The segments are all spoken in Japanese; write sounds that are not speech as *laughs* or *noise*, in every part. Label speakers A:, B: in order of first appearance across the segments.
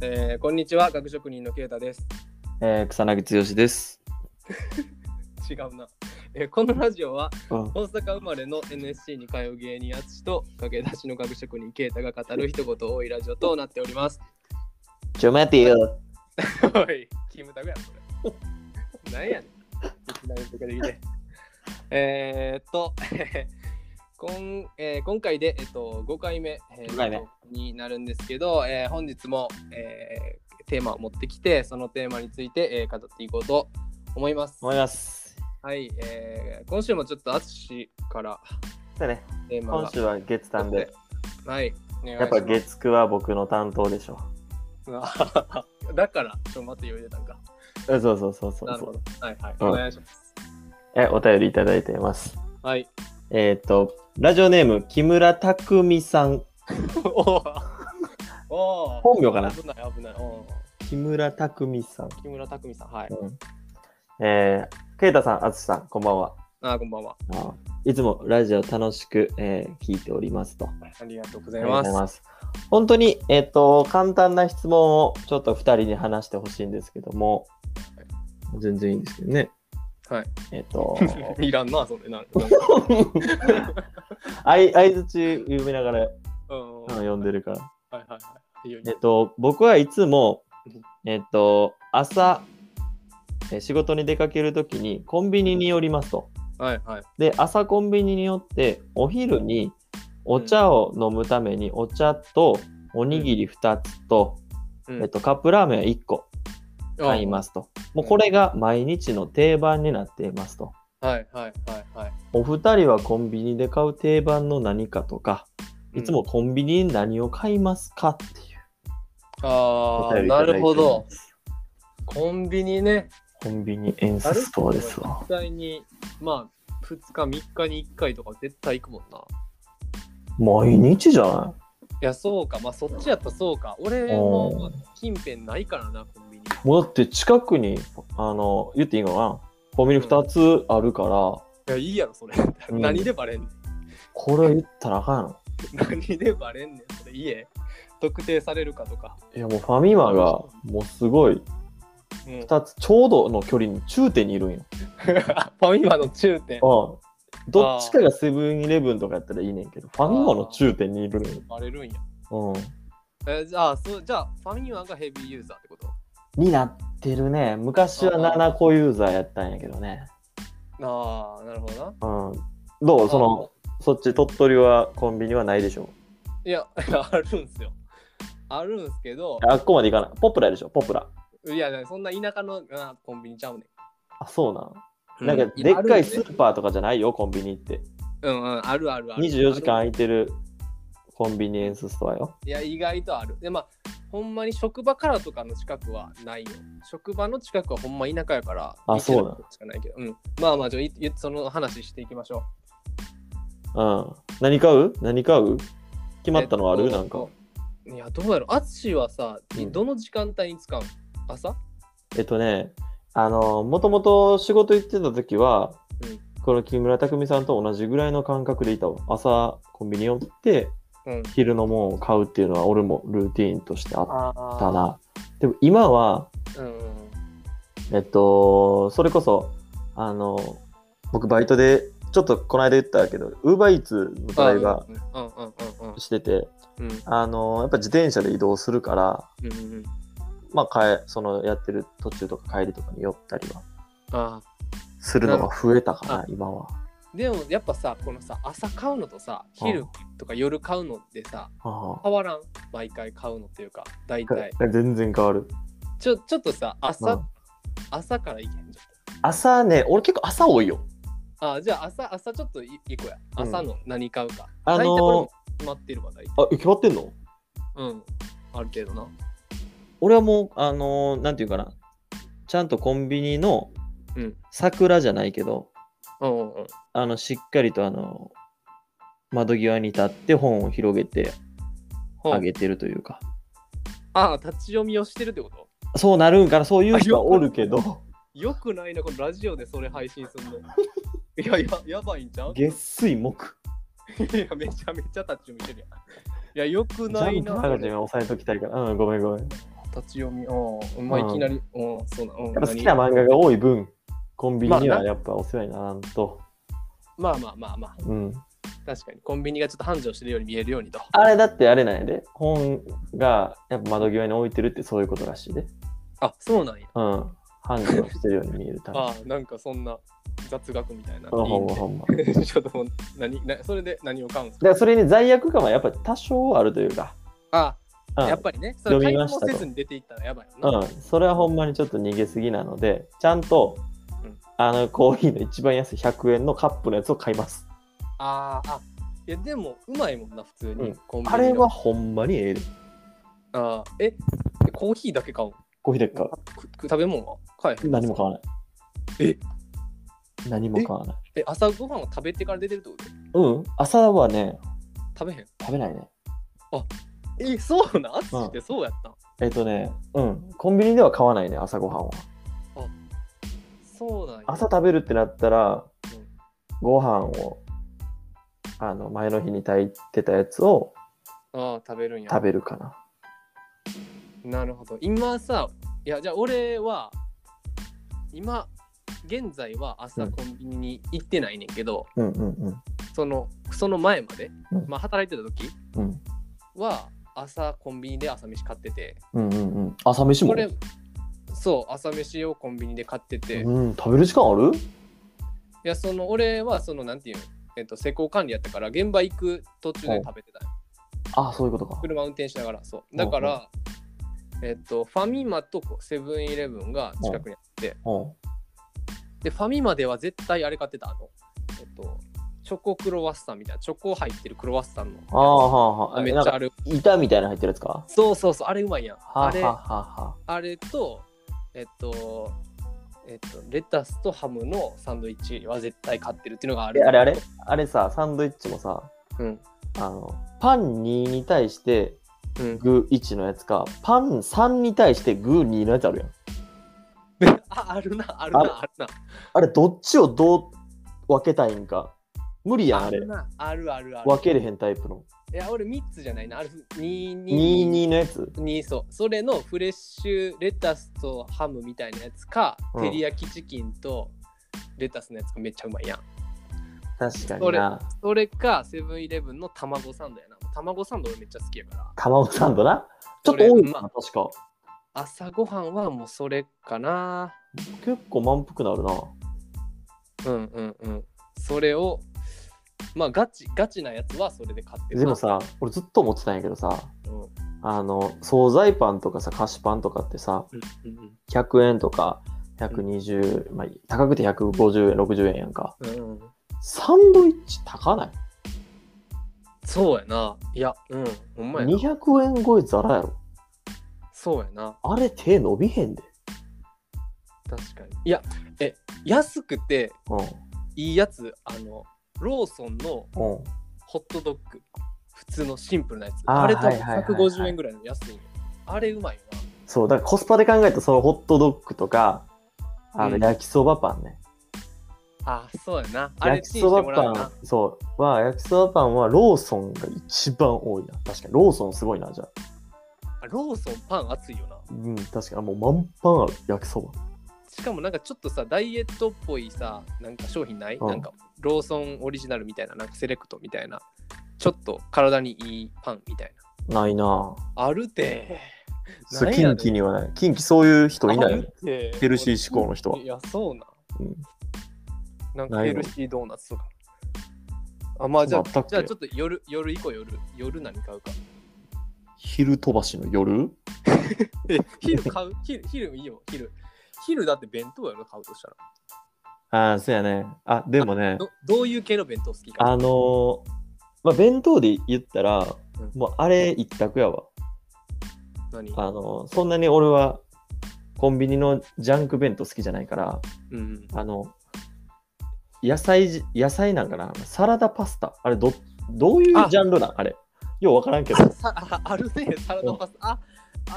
A: えーこんにちは学職人のケイタです
B: えー、草薙剛です。
A: 違うな、えーこのラジオは
B: うん
A: 大阪生まれの NSC に通う芸人アツシと駆け出しの学職人ケイタが語る一言多いラジオとなっております
B: ちょ待てよ。
A: おいキムタクやこれなんやねんいきなりボケできてえーっとこん、えー今回で、えっと、5回目,、えー
B: 5回目
A: になるんですけど、えー本日も、えーテーマを持ってきてそのテーマについて、えー語っていこうと思います。
B: 思います。
A: はい、えー今週もちょっと淳から
B: だね、
A: テーマ
B: 今
A: が
B: 週は月単で、
A: はい、お願いし
B: やっぱ
A: ます
B: 月9は僕の担当でしょ。
A: だから、ちょっと待って言うてたんか。
B: うんそうそうそうそう
A: なる
B: そ
A: ほ
B: う
A: ど。はいはい、
B: うん
A: お願いします。
B: え。お便りいただいています。 *laughs*
A: はい。
B: えーっ、と、ラジオネーム、木村拓海さん。
A: おーおー
B: 本名かな
A: 危ない危ない。おー
B: 木村拓海さん。
A: 木村拓さん、はい。
B: うん、えー、ケイタさん、あつしさん、こんばんは。
A: あーこんばんは。
B: あいつもラジオ楽しく、えー聞いておりますと。
A: ありがとうご
B: ありがとうご
A: ざいます。
B: す。本当に、えっ、と、簡単な質問をちょっと2人に話してほしいんですけども、全然いいんですけどね。
A: はい。
B: えっ、と、 *laughs*
A: いらんな、それな。なん
B: あい相づち読みながらうん
A: か
B: 読んで。るから。
A: はいはいはい。いいよいい
B: え
A: よ
B: っ、と、僕はいつも、えっ、と、朝、えー仕事に出かけるときにコンビニに寄りますと。
A: はいはい。
B: で、朝コンビニに寄って、お昼にお茶を飲むためにお茶とおにぎり2つと、
A: うん。
B: えっと、カップラーメン1個。買いますすと。もうこれが毎日の定番になっていますと。
A: はいはいはいはい。
B: お二人はコンビニで買う定番の何かとか、
A: うん
B: いつもコンビニに何を買いますかっていう
A: あ
B: お
A: あ、
B: 便りい
A: な
B: ただいてます。
A: るほど。コンビニね。
B: コンビニエンスストアですわ。
A: 絶対に、まあ、2日、3日に1回とか絶対行くもんな。
B: 毎日じゃない
A: や、そうか、まあ、そっちやったらそうか。俺
B: うん
A: も近辺ないからな、コンビニ。
B: いもうだって近くに、あの、言っていいのかなコンビニ2つあるから、
A: いや、いいやろ、それ。
B: うん
A: 何でバレんねん。
B: これは言ったらあかんやろ。
A: 何でバレんねん、それ。家、特定されるかとか。
B: いやもうファミマがもうすごい
A: うん、フ *laughs*
B: 2つちょうどの距離に中点にいるんよ。
A: ァミマの中点。
B: うん。どっちかがセブンイレブンとかやったらいいねんけど、ファミマの中点にいるのよ
A: バレるんや。
B: う
A: えじゃあそう、じゃあ、ファミマがヘビーユーザーってこと
B: ん。になってるね。昔は
A: あ
B: 7個ユーザーやったんやけどね。
A: ああ、なるほどな。
B: うん。どうその、そっち鳥取はコンビニはないでしょ
A: いや、 *laughs* あるんすよ。あるんすけど、
B: あっこまで行かない。ポプラでしょポプラ。
A: いや、そんな田舎のあコンビニちゃうね
B: あ、そう
A: う
B: なん。なんか、でっ
A: あ
B: か
A: る
B: い
A: ん
B: スーパーとかじゃないよ、コンビニって。
A: うんうん、あるあるある。
B: 24時間空いてるコンビニエンスストアよ。
A: いや、意外とある。で、まあ、ほんまに職場からとかの近くはないよ。職場の近くはほんま田舎やから、
B: あ
A: 道の
B: そうなの
A: しかないけど、うん。まあまあ、じゃあいいその話していきましょう。
B: うん。何買う何買う決まったのある、
A: えっと
B: なんか。。
A: いや、どうやろう。淳はさ、
B: うん
A: どの時間帯に使うの朝
B: えっとね、あの、もともと仕事行ってた時は、
A: うん
B: この木村匠さんと同じぐらいの感覚でいたわ。朝、コンビニ寄って、
A: うん。
B: 昼のもんを買うっていうのは、俺もルーティーンとしてあっ
A: あ
B: た。な。でも今は、
A: うんうん。
B: えっと、それこそ、あの、僕バイトで、ちょっとこの間言ったけど、ウーバーイーツのドライバ
A: うんうんうんうん
B: ーしてて、
A: うん
B: あの、やっぱ自転車で移動するから、
A: うんうんうん。
B: まあ、帰そのやってる途中とか帰りとかに寄ったりは
A: あ
B: するのが増えたか
A: あ
B: な、今は。
A: ーでもやっぱさ、このさ、朝買うのとさ、昼とか夜買うのってさ、
B: ああ
A: 変わらん。毎回買うのっていうか、大体。
B: 全然変わる。
A: ちょちょっとさ、朝、
B: うん
A: 朝から行けんじ
B: 朝ね、俺結構朝多いよ。
A: ゃん。あ、じゃあ朝、朝ちょっとい行こうや。
B: うん
A: 朝の何買うか。
B: あのー
A: 大体これ決まってるわ、大体。
B: あ、え決まってんの
A: うん。ある程度な。
B: 俺はもう、あのーなんていうかな。ちゃんとコンビニの
A: うん
B: 桜じゃないけど、
A: うんうんうん。
B: あの、しっかりとあの、窓際に立って本を広げて
A: ほう
B: あげてるというか。
A: ああ、立ち読みをしてるってこと
B: そうなるんかな、そういう人はおるけど、
A: よくないな、このラジオでそれ配信
B: *laughs*
A: するの。いや、ややばいんちゃうい
B: 月水木。
A: や、めちゃめちゃ立ち読みしてるやん。いや、よく
B: ジ
A: な
B: ャ
A: い
B: ンプ
A: な。
B: マガジンは押さえときたいから。うん、ごめんごめん。
A: 立ち読み、うん、まあ、
B: うん
A: いきなり、うん、そうな、うん、
B: やっぱ好きな漫画が多い分、コンビニに
A: まあ
B: は
A: な
B: やっぱお世話にならんと。
A: まあまあまあまあ、
B: うん。
A: 確かに、コンビニがちょっと繁盛してるように見えるようにと。
B: あれだってあれなんやで。本がやっぱ窓際に置いてるってそういうことらしいで。
A: あ、そうなんや。
B: うん。繁盛してるように見えるため。
A: ああ、なんかそんな雑学みたいな。
B: ほんまほんま
A: い
B: ほんま。
A: いね *laughs* ちょっともう何な、それで何を買うんですか
B: でそれに罪悪感はやっぱり多少あるというか、
A: あ
B: う
A: あ、
B: ん
A: やっぱりね、それ
B: 読
A: 買
B: み
A: い
B: ました
A: 物せ
B: と
A: ずに出ていったらやばいよな。
B: うん、それはほんまにちょっと逃げすぎなので、ちゃんと、
A: うん
B: あのコーヒーの一番安い100円のカップのやつを買います。
A: あーあ、いやでもうまいもんな、普通
B: う
A: に
B: ん。
A: コンビニ
B: あ
A: の
B: れはほんまにええで。
A: あーえ、コーヒーだけ買おう。
B: コーヒーだけ買う。
A: く食べ物は買えへん
B: 何も買わない。
A: え
B: 何も買わない。
A: え、朝ごはんを食べてから出てるってこと
B: うん、朝はね、
A: 食べへん。
B: 食べないね。
A: え、そうなん淳ってそうやったん
B: えっ、とね、うん、コンビニでは買わないね、朝ごはんは。
A: そうなんや。
B: 朝食べるってなったら
A: うん、
B: ご飯を、あの、前の日に炊いてたやつを
A: ああ、食べるんや。
B: 食べるかな。
A: なるほど。今さ、いや、じゃあ俺は、今、現在は朝
B: うん
A: コンビニに行ってないねんけど、
B: うんうんうん。
A: その、その前まで
B: うん、
A: まあ働いてた時
B: うん
A: は、朝コンビニで朝飯買ってて、
B: うんうんうん。朝飯も
A: これ、そう、朝飯をコンビニで買ってて、い
B: うん、食べる時間ある
A: や、その、俺は、その、なんていうの、えっと、施工管理やったから、現場行く途中で食べてたんよ
B: あ、そういうことか。
A: 車運転しながら、そう。だから、えっと、ファミマとこうセブンイレブンが近くにあって、
B: うん。
A: で、ファミマでは絶対あれ買ってた、あの、えっと、チョコクロワッサンみたいな、チョコ入ってるクロワッサンのやつ。
B: ああ、はあ、はあ。
A: め
B: え
A: っ
B: なん
A: ちゃ
B: か
A: あ、る。
B: 板みたいなの入ってるやつか
A: そうそうそう、あれうまいやん。
B: はあ、
A: あ
B: はあ
A: れ、
B: はあ、は
A: あれと、えっと、えっと、レタスとハムのサンドイッチは絶対買ってるっていうのがあ
B: あ。え
A: る。
B: あれあれあれさ、サンドイッチもさ、
A: うん。
B: あの、パン2に対して *laughs*
A: うん。
B: グ1のやつか、パン3に対してグ2のやつあるやん。
A: あ、あるな、あるな、あるな。
B: あれ、どっちをどう分けたいんか。無理やん、あ
A: あ
B: れ
A: る。な、あるあるある。
B: 分けれへんタイプの。
A: いや、俺3つじゃないな、ある2、2、
B: 22のやつ
A: にそうそれのフレッシュレタスとハムみたいなやつか、
B: うん
A: 照り焼きチキンとレタスのやつがめっちゃうまいやん
B: 確か
A: そ
B: に
A: れ
B: な。
A: それかセブンイレブンの卵サンドやな卵サンド俺めっちゃ好きやから
B: 卵サンドな。ちょっと
A: そ
B: 多
A: れ
B: いな、
A: ま
B: 確か。
A: 朝ごはんはもうそれかな
B: 結構満腹なるな。
A: うんうんうんそれをまあガチガチなやつはそれで買ってるな
B: でも、さ、俺ずっと思ってたんやけどさ、
A: うんうん
B: あの、惣菜パンとかさ、菓子パンとかってさ、
A: うん
B: 100円とか120、まあ、高くて150円、60円やんか。
A: うんうん、
B: サンドイッチ高ない
A: そうやないやうんほんまやな
B: ?200 円超えざらやろ。
A: そうやな
B: あれ手伸びへんで。
A: 確かにいやえ安くて
B: うん。
A: いいやつあのローソンの
B: うん。
A: ホットドッグ普通のシンプルなやつ
B: あー
A: あれ多
B: はい
A: 分
B: はいはいはい
A: 150円ぐらいの安いのあれうまいよ
B: そう、だからコスパで考えたらそのホットドッグとか、あの
A: うん
B: 焼きそばパンね。
A: なあーそうやなあれ
B: 焼き
A: チンして
B: そ
A: も
B: ば
A: ら
B: パ
A: うな
B: ン、そう、は、焼きそばパンはローソンが一番多いな。確かに、ローソンすごいな、じゃあ。
A: あローソンパン熱いよな
B: うん、確かに、もう満パンある、焼きそば。
A: しかもなんかちょっとさダイエットっぽいさなんか商品ない、
B: うん
A: なんかローソンオリジナルみたいななんかセレクトみたいなちょっと体にいいパンみたい
B: ないなぁ。
A: なあるて
B: それ
A: ないや
B: 近
A: ろ
B: 畿にはない。近畿そういう人いない
A: あ
B: よ
A: る
B: ね。
A: て
B: ヘルシー志向の人はい
A: やそうな
B: うん
A: なん
B: な
A: か
B: い
A: ヘ
B: の
A: ルシードーナツとか。あ、まあじゃあ、
B: そ
A: じ
B: うだ
A: ゃ
B: っ
A: あ
B: たっけ
A: ちょっと夜、夜行こう、夜。夜何買うか。
B: 昼飛ばしの夜
A: え、昼買う *laughs* 昼、昼いいよ、昼。昼だって弁当やろ、買うとしたら。
B: ああ、そうやね。あ、でもね、
A: どどういう系の弁当好きか。
B: あのーまあ、弁当で言ったら、
A: う
B: もうあれ一択やわ。
A: 何
B: あのーそんなに俺はコンビニのジャンク弁当好きじゃないから、
A: うん。
B: あの、野菜じ、野菜なんかなサラダパスタ。あれど、どういう
A: あ
B: ジャンルなんあれ。ようわからんけど
A: あ、さああるね、サラダパスタ。あ、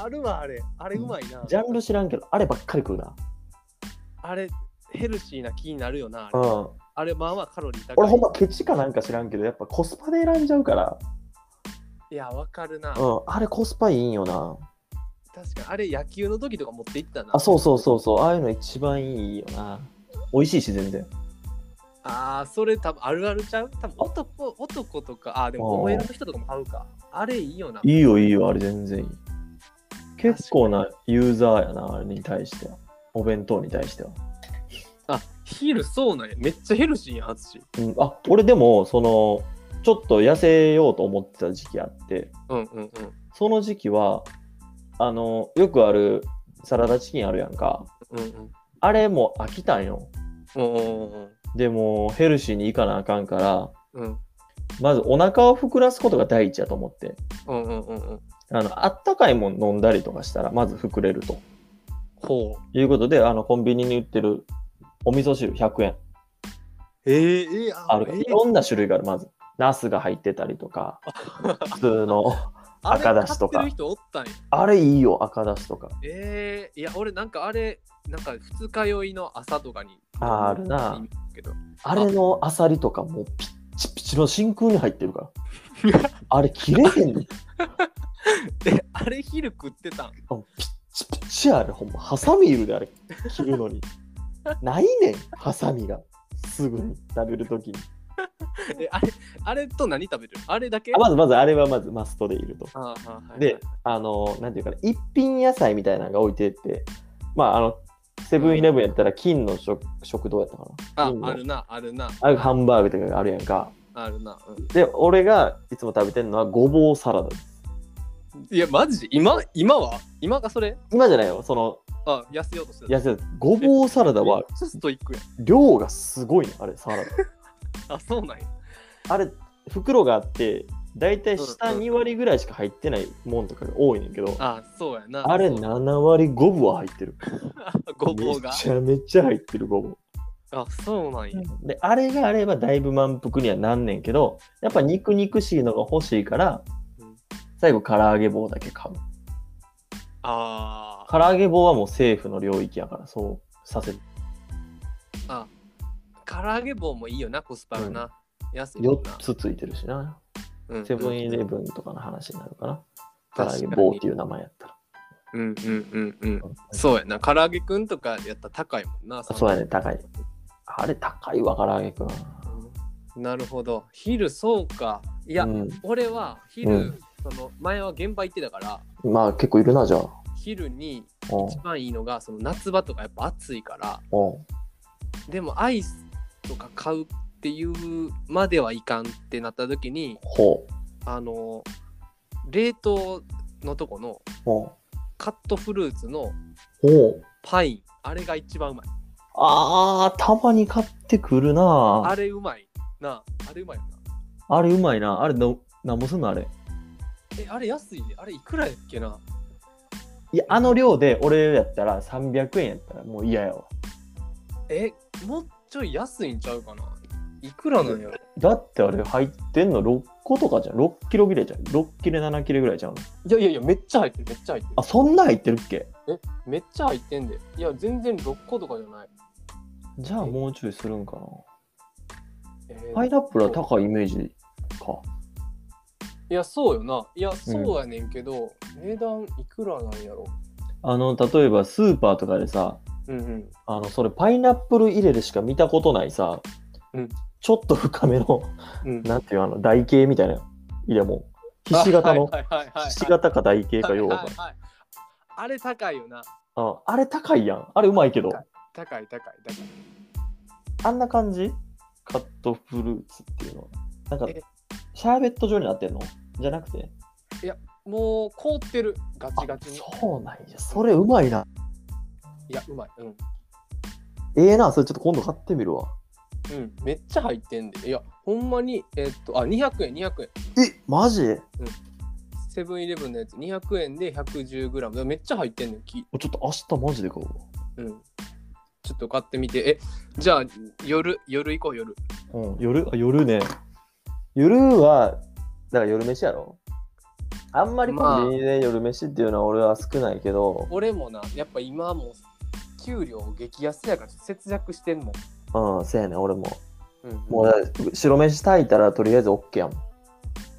A: あるわ、あれ。あれうまいな。
B: ジャンル知らんけど、あればっかり食うな。
A: あれ、ヘルシーな気になるよな、あ
B: う
A: れ。
B: ん。
A: あれまあまあカロリー高い。
B: 俺ほんまケチかなんか知らんけど、やっぱコスパで選んじゃうから、
A: いや、わかるな。
B: うん、あれコスパいいんよな。
A: 確かにあれ野球の時とか持って行ったな
B: あ、そうそうそうそう。ああいうの一番いいよな。美味しいし、全然。
A: あーそれ多分あるあるちゃう多分男男とかあーでも
B: あー
A: 桃色の人とかも買うかあれいいよない
B: いよ、いいよ、あれ全然いい。結構なユーザーやな、あれに対しては。お弁当に対しては。
A: あヒルそうなんやめっちゃヘルシーやん淳
B: うん、あ、俺でも、その、ちょっと痩せようと思ってた時期あって、
A: うんうんうん
B: その時期は、あの、よくあるサラダチキンあるやんか。
A: うんうん
B: あれもう飽きたんよ。
A: うんうん
B: でも、ヘルシーにいかなあかんから、
A: うん
B: まずお腹を膨らすことが第一やと思って。
A: うんうんうんうん
B: あの、あったかいもん飲んだりとかしたら、まず膨れると。
A: ほう
B: いうことで、あの、コンビニに売ってるお味噌汁100円
A: えー、えー、あ
B: あるから、
A: え
B: い
A: ー
B: ろんな種類がある、まず。ナスが入ってたり
A: *laughs*
B: とか、普通の、
A: あれ
B: 赤だしとか
A: 買ってる人おったんや
B: あれいいよ、赤だしとか。
A: えー、いや俺なんかあれなんか二日酔いの朝とかに
B: あーあるな
A: 見るけど
B: あれのアサリとかもうピッチピチの真空に入ってる
A: *laughs*
B: から。あれ切れへんねん。
A: であれ昼食ってたん
B: あのピッチピチやあれ、ほんま、ハサミいるであれ切るのに。ないねん、ハサミが。すぐに食べるときに。
A: えあれあれと何食べるあれだけ
B: あまずまずあれはまずマストでいると。
A: あーあーはい
B: で、あの、なんていうかな、一品野菜みたいなのが置いてって、まあ、あの、セブンイレブンやったら金の食食堂やったかな。
A: あ
B: 金の
A: あるなあるな
B: あるハンバーグとかがあるやんか。
A: あるな、うん
B: で、俺がいつも食べてるのはごぼうサラダです。
A: いや、マジ今、今は今がそれ
B: 今じゃないよ、その、
A: あ、痩せようとしてた。
B: 痩せごぼうサラダは
A: めっちょストイックやん。
B: 量がすごいね、あれ、サラダ。 *laughs*
A: あ、そうなんや。
B: あれ、袋があって、だいたい下2割ぐらいしか入ってないもんとかが多いねんけど、
A: あ、そうやな。
B: あれ
A: そう
B: 7割5分は入ってる。
A: ごぼうが
B: め。ちゃめちゃ入ってるごぼう。
A: あ、そうなんや。
B: であれがあればだいぶ満腹にはなんねんけどやっぱ肉肉しいのが欲しいから
A: うん
B: 最後唐揚げ棒だけ買う
A: あー
B: 唐揚げ棒はもう政府の領域やからそうさせる
A: あ。唐揚げ棒もいいよな、コスパがな。安いもんな
B: 4。つついてるしな
A: うん
B: セブンイレブンとかの話になるかな唐揚げ棒っていう名前やったら
A: うんうんうんうん。そうやな。唐揚げくんとかやったら高いもんな。
B: あそうやね高いあれ高いわ唐揚げくんい
A: うんなるほど。昼、そうか。いや、
B: うん、
A: 俺は
B: う
A: 昼
B: ん、
A: その前は現場行ってたから、
B: まあ結構いるなじゃあ
A: 昼に
B: うん
A: 一番いいのがその夏場とかやっぱ暑いから
B: うん
A: でもアイスとか買うっていうまではいかんってなった時に
B: ほ
A: あの冷凍のとこの
B: うほ
A: カットフルーツの
B: うほう
A: パインあれが一番うまい
B: あーたまに買ってくるな
A: あれうまいなああれうまいよな
B: あれうまいな。あれの、なんぼすんのあれ。
A: えあれ安いであれいくらやっけない
B: や、あの量で俺やったら300円やったらもう嫌やわ。
A: えもうちょい安いんちゃうかないくらなんやろ
B: だってあれ入ってんの6個とかじゃん。6キロ切れじゃん。6切れ7切れぐらいじゃ
A: い
B: ん。
A: やいやいやめっちゃ入ってるめっちゃ入って
B: あ、そんな入ってるっけ
A: るめっちゃ入ってんでいや全然6個とかじゃない
B: じゃあもうちょいするんかな。
A: えー
B: パイナップルは高いイメージか。
A: いや、そうよな。いや、そうやねんけど、値段いくらなんやろ。
B: あの、例えばスーパーとかでさ、
A: うんうん。
B: あの、それパイナップル入れでしか見たことないさ、
A: うん
B: ちょっと深めの、 *laughs*
A: うん、
B: なんていうあの、台形みたいな入れも。ひし形の、
A: はいはいはいはいはい
B: ひし形か台形かようわか
A: は
B: らん
A: いはいはいあれ高いよな。
B: ああれ高いやん。あれうまいけど。
A: 高い高い高い。
B: あんな感じカットフルーツっていうのは。なんか
A: え、
B: シャーベット状になってんのじゃなくて。
A: もう凍ってる。ガチガ
B: あ
A: チに。
B: そうなんや。それうまいな。
A: いや、うまい。うん。
B: ええな、それちょっと今度買ってみるわ。
A: うん、めっちゃ入ってんで。いや、ほんまに、えっと、あ、200円、200円。
B: え、マジ
A: セブンイレブンのやつ、200円で 110g。めっちゃ入ってんねん、き
B: おちょっと明日マジで買うわ。
A: うん。ちょっと買ってみて。え、じゃあ、夜、夜行こう、夜。
B: うん、夜あ夜ね。夜は、だから夜飯やろあんまりコンビニで夜飯っていうのは俺は少ないけど、
A: 俺もな、やっぱ今も給料激安やから節約してんもん。
B: うん、せやねん俺も。
A: うん、
B: もうだから白飯炊いたらとりあえず OK やもん。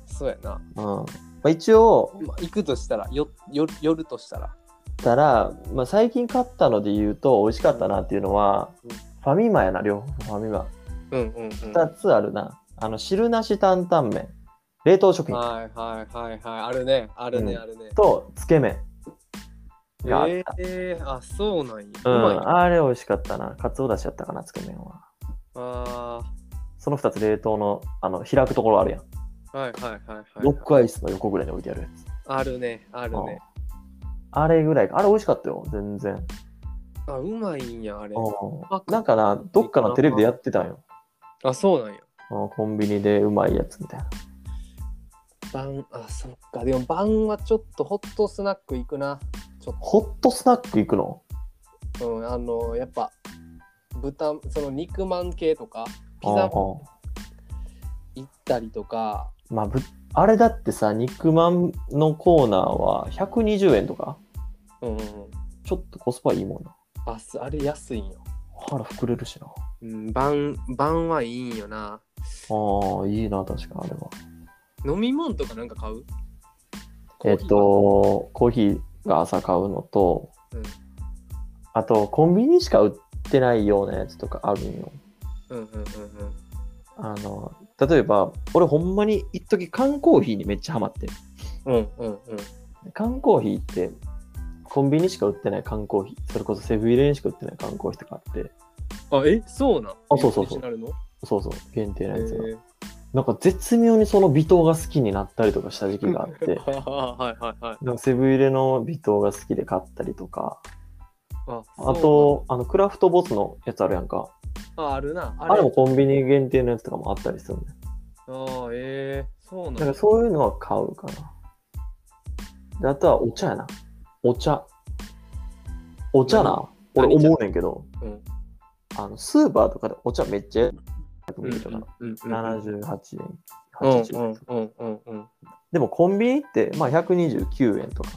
A: そうやな。
B: うん。まあ、一応、
A: まあ、行くとしたら、よよ夜としたら。
B: たら、まあ、最近買ったので言うと美味しかったなっていうのは、
A: うん
B: ファミマやな両方ファミマ
A: うんうんうん。
B: 2つあるなあの汁なし担々麺冷凍食品
A: はいはいはいはい。あるね。あるね、
B: うん
A: あるね。
B: とつけ麺があった、
A: えー、あ、そうなんや。う
B: うん
A: まいな。
B: あれ美味しかったな。かつおだしやったかな、つけ麺は。
A: あ
B: その2つ冷凍のあの開くところあるやん。
A: ーはいはいはいはい。
B: ロックアイスの横ぐらいに置いてあるやつ。
A: あるね、あるね。
B: あれぐらいか。あれ美味しかったよ、全然。
A: あ、うまいんや、あれ。
B: うんなんかな、どっかのテレビでやってたんよ。
A: あ、そうなんや。
B: うんコンビニでうまいやつみたいな。
A: 晩、あ、そっか。でも晩はちょっとホットスナック行くな。ちょっ
B: ホットスナック行くの
A: と、うん、あの、やっぱ、豚、その肉まん系とか、ピ
B: うんう
A: ザ
B: ん
A: 行ったりとか、
B: まあ、ぶあれだってさ、肉まんのコーナーは120円とか
A: うんうんうん。
B: ちょっとコスパいいもんな。
A: あ、すあれ安いんよ。
B: 腹膨れるしな。
A: うん、晩、晩はいいんよな。
B: ああ、いいな、確かにあれは。
A: 飲み物とかなんか買う
B: えっ、と、コーヒーが朝買うのと、
A: うん
B: あと、コンビニしか売ってないようなやつとかあるんよ。
A: コーヒーはうんうんうんうん。
B: あの、例えば、俺ほんまに一時缶コーヒーにめっちゃハマってる。
A: うんうんうん。
B: 缶コーヒーって、コンビニしか売ってない缶コーヒー、それこそセブンイレブンしか売ってない缶コーヒーとかあって、
A: あ、え、そうなんあ
B: そうそうそう
A: なるの
B: そうそう、限定のやつが。
A: へー
B: なんか絶妙にその微糖が好きになったりとかした時期があっ
A: *laughs*
B: て、
A: はいはいはい。
B: なんかセブン入れの微糖が好きで買ったりとか、
A: あ
B: あ、と、あの、クラフトボスのやつあるやんか。
A: そうああるな。あ
B: あれもコンビニ限定のやつとかもあったりするね。
A: ああ、ええそうなん
B: だか
A: だ
B: らそういうのは買うかな。であとはお茶やな。お茶。お茶な。俺
A: 何
B: 思うねんけど、
A: うん
B: あのスーパーとかでお茶めっちゃ100ミリとかの、
A: うん
B: 78円、
A: うん
B: 80円とか、
A: うんうんうん
B: でもコンビニって、まあ、129円とか、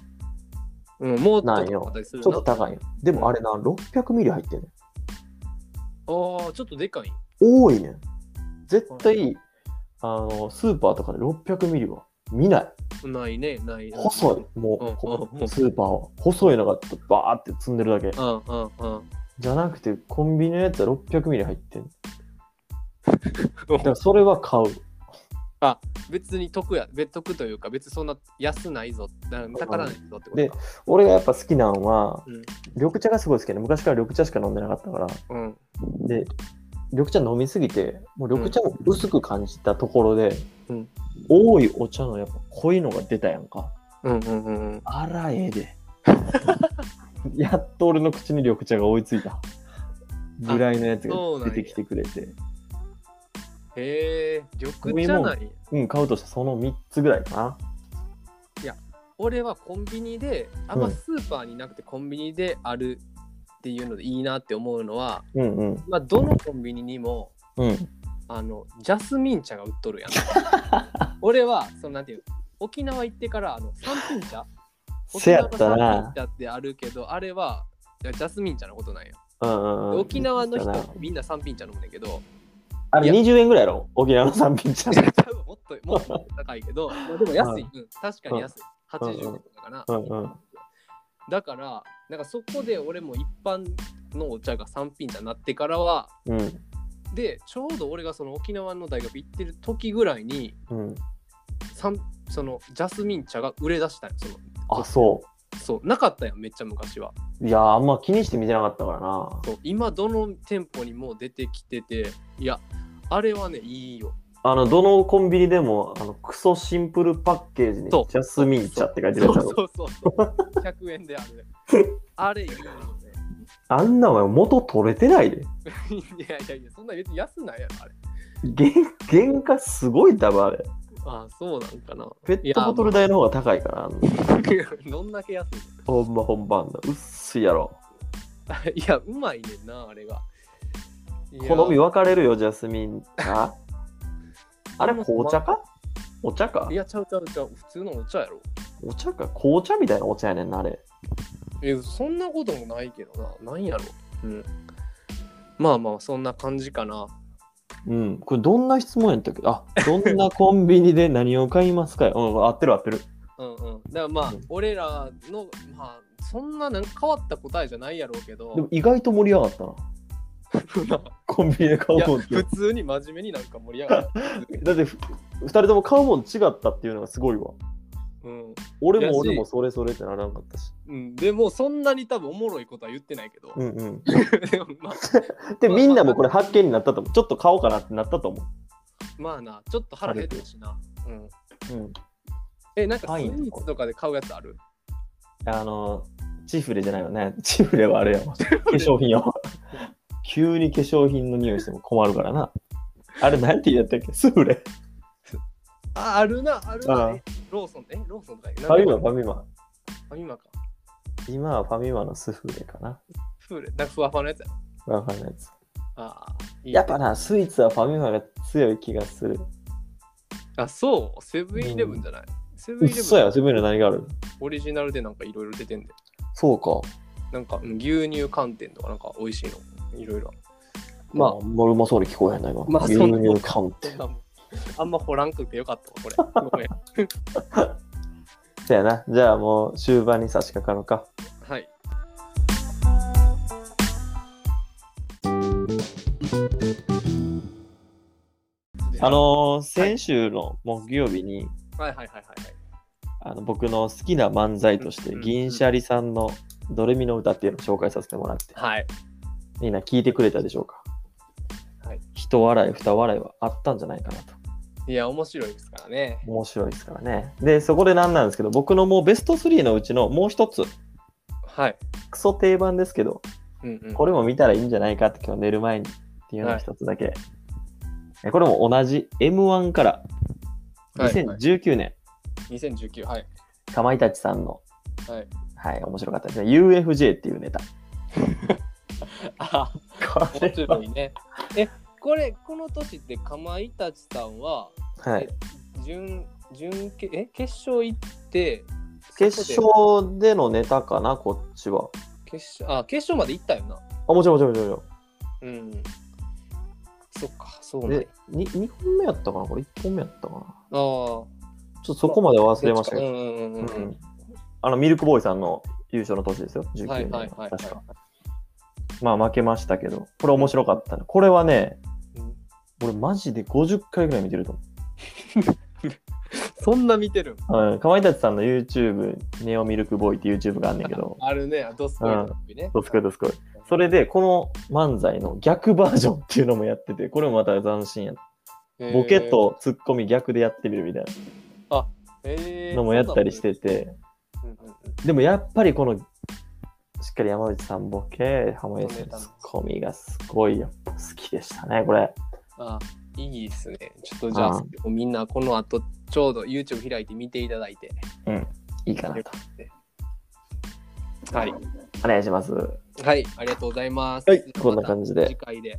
A: うん。うん、もうちょ
B: な
A: っ
B: ん
A: と
B: よ
A: あったりす
B: ちょ
A: るな
B: っと高いよ。でもあれな、600ミリ入ってんねん
A: ああ、ちょっとでかいん。
B: 多いねん絶対、あの、スーパーとかで600ミリは見ない。
A: ないね、ない。
B: 細い。もう
A: うん
B: こ
A: うんう
B: う、
A: ん
B: スーパーは。細いのがバーって積んでるだけ。
A: うんうんうん。
B: じゃなくて、コンビニのやつは600ミリ入ってん。だか
A: うん
B: らそれは買う。
A: 別に得や、別得というか、別にそんな安ないぞ、だだからないぞってことか。
B: で俺がやっぱ好きなのは、
A: うん
B: 緑茶がすごい好きで、昔から緑茶しか飲んでなかったから、
A: うん。
B: で、緑茶飲みすぎて、もう緑茶も薄く感じたところで、
A: うん
B: 多いお茶のやっぱ濃いのが出たやんか。
A: うんうんうんうん。
B: あらえ
A: *laughs*
B: えで。やっと俺の口に緑茶が追いついた。ぐらいのやつ
A: あそう
B: が
A: なん
B: 出
A: や
B: てきてくれて。
A: へえ、緑茶ない。
B: うん、買うとしたらその3つぐらいかな。
A: 俺はコンビニで、あんまスーパーになくてコンビニであるっていうのでいいなって思うのは、
B: うんうん。
A: まあ、どのコンビニにも、
B: うん。
A: あのジャスミン茶が売っと
B: *laughs*
A: るやん俺はそのなんていう沖縄行ってからあの三品茶
B: *laughs* せやった
A: 沖縄の三
B: な
A: 品。茶ってあるけどあれはいやジャスミン茶のことなんや、
B: うんうんうん、
A: 沖縄の人
B: そうやな
A: みんな三品茶飲むねんけど *laughs*
B: あれ
A: いや
B: 20円ぐらいやろ沖縄の三品茶
A: い。 *laughs* や多分もっともっと高いけ
B: *laughs*
A: どまあでも安い、うん、確かに安い
B: うん
A: 80円とかかな、
B: うんうん
A: だからなんかそこで俺も一般のお茶が三品茶になってからは
B: うん。
A: でちょうど俺がその沖縄の大学行ってる時ぐらいに
B: うん。
A: さんそのジャスミン茶が売れ出したんよその
B: あ、そ
A: そうなかったやんめっちゃ昔は
B: う。いやー、あんま気にして見てなかったからな。
A: そう今どの店舗にも出てきてていやあれはねいいよ
B: あの、どのコンビニでも、あの、クソシンプルパッケージにジ
A: そう
B: ャスミン茶って書いてる
A: そ
B: や
A: う
B: つや
A: そ
B: ろ。
A: うそうそう100円であ
B: *laughs*
A: るあれいいよね
B: あんなお前元取れてないで。
A: いやいやいやそんな別に安ないやろあれ
B: 原原価すごい多分あれ。
A: あそうなんかな *laughs*
B: ペットボトル代の方が高いから、あんな
A: どんだけ安い
B: ほんま本番だ。うっすいやろ。
A: の *laughs* いやうまいねんなあれがいや
B: 好み分かれるよ、ジャスミン *laughs* 茶。あれ、紅茶かお茶か
A: いやちゃうちゃうちゃう普通のお茶やろ
B: お茶か紅茶みたいなお茶やねんな、あれ。
A: えそんなこともないけどななんやろうんまあまあそんな感じかな
B: うん。これどんな質問やったっけあ、どんなコンビニ *laughs* で何を買いますかよ。うん、合ってる合ってる。
A: うんうん、だからまあ、
B: うん
A: 俺らの、まあ、そんななんか変わった答えじゃないやろうけど
B: でも意外と盛り上がったな。 *laughs* コンビニで買
A: いうや
B: もんって。
A: 普通に真面目になんか盛り上 *laughs* がる、
B: だってふ二人とも買うもん違ったっていうのがすごいわ。
A: うん
B: 俺
A: やし
B: も俺もそれそれってならなかったし。
A: うん、でもそんなに多分おもろいことは言ってないけど、
B: うん *laughs* うん。
A: でも *laughs* まあ
B: で、
A: まあ
B: みんなもこれ発見になったと思う。ちょっと買おうかなってなったと思
A: まあなちょっと腹減ったしな、うん、
B: う。うん。
A: えなんか
B: パ
A: スイ
B: インとか
A: ーツとかで買うやつある
B: あの、チフレじゃないよね。 *laughs* チフレはあれやわ。化粧品やわ。急に化粧品の匂いしても困るからな。あれ、なんて言うんやったっけスフレ。
A: ああるなある
B: う
A: なんローソンえローソンとか
B: ファミマ、
A: フ
B: ファミマ。
A: ァミマか
B: 今はファミマのスフレかな。
A: フーレなんかふわふわのやつや
B: わかんないやつ。
A: ああいいね
B: やっぱな、スイーツはファミマが強い気がする。
A: あそうセブンイレブンじゃない、セブンイレ
B: 嘘
A: ブン
B: や、自分の何がある
A: オリジナルでなんかいろいろ出てんで
B: そうか。
A: なんかうん牛乳寒天とかなんか美味しいのいろいろ
B: まあ、
A: ま
B: 俺もそうで聞こえへんな、今。
A: まあ
B: 牛
A: そんな
B: 乳カウント
A: あ。そんなもんあんま掘らんくてよかったわこれご
B: *laughs*
A: めん
B: そやな。じゃあもう終盤に差し掛かろうか。
A: はい
B: あのー先週の木曜日に、
A: はいはいはいはいはい
B: あの僕の好きな漫才として、
A: うん
B: 銀シャリさんのドレミの歌っていうのを紹介させてもらって、
A: はい。
B: みんな聞いてくれたでしょうか。
A: はい、
B: 一笑い、二笑いはあったんじゃないかなと。
A: いや、面白いですからね。
B: 面白いですからね。で、そこで何なんですけど、僕のもうベスト3のうちのもう一つ、
A: はい。
B: クソ定番ですけど、
A: うんうん。
B: これも見たらいいんじゃないかって今日寝る前にっていうのが一つだけ、えこれも同じ M1 から
A: はいはい
B: 2019年、
A: 2019、はい。
B: かまいたちさんの、
A: はい。
B: はい、面白かったですね UFJ っていうネタ
A: *laughs* あ、
B: こ
A: 面白い
B: *laughs*
A: ね。え、これ、この年って、かまいたちさんは、
B: はい、
A: 準、準決、え、決勝行って、
B: 決
A: そこ
B: 勝でのネタかなこっちは
A: で決勝、あ、決勝まで行ったよな。
B: あもちろんもちろんもちろんも
A: うん。そっか、そう
B: ちろん
A: ね
B: で。2, 二本目やったかなこれ1本目やったかな
A: ああ。
B: ちょっとそこまでは忘れましたけ
A: う
B: ど、
A: んうんうんう
B: うんん。あのミルクボーイさんの優勝の年ですよ19年、
A: はいはいはいはい
B: 確かまあ負けましたけどこれ面白かったねこれはね
A: うん。
B: 俺マジで50回ぐらい見てると
A: そんな見てる、
B: 思う。うん、かまいたちさんの YouTube、ネオミルクボーイって YouTube があんねんけど
A: *laughs* あるね、ドスコイの時ね。
B: どすこいどすこい。それで、この漫才の逆バージョンっていうのもやってて、これもまた斬新やな。
A: へー
B: ボケ。とツッコミ逆でやってみるみたい
A: え
B: なのもやったりしてて、でもやっぱりこの、しっかり山内さんボケ、浜家さんツッコミがすごいやっぱ好きでしたね、これ。
A: あ、いいですね。ちょっとじゃあ、みんなこの後、ちょうど YouTube 開いて見ていただいて。
B: いいかなと。
A: はい。
B: お願いします。
A: はい、ありがとうございます。
B: はいこんな感じで
A: 次回で。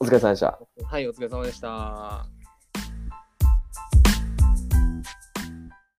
B: お疲れ様でした。
A: はい、お疲れ様でした。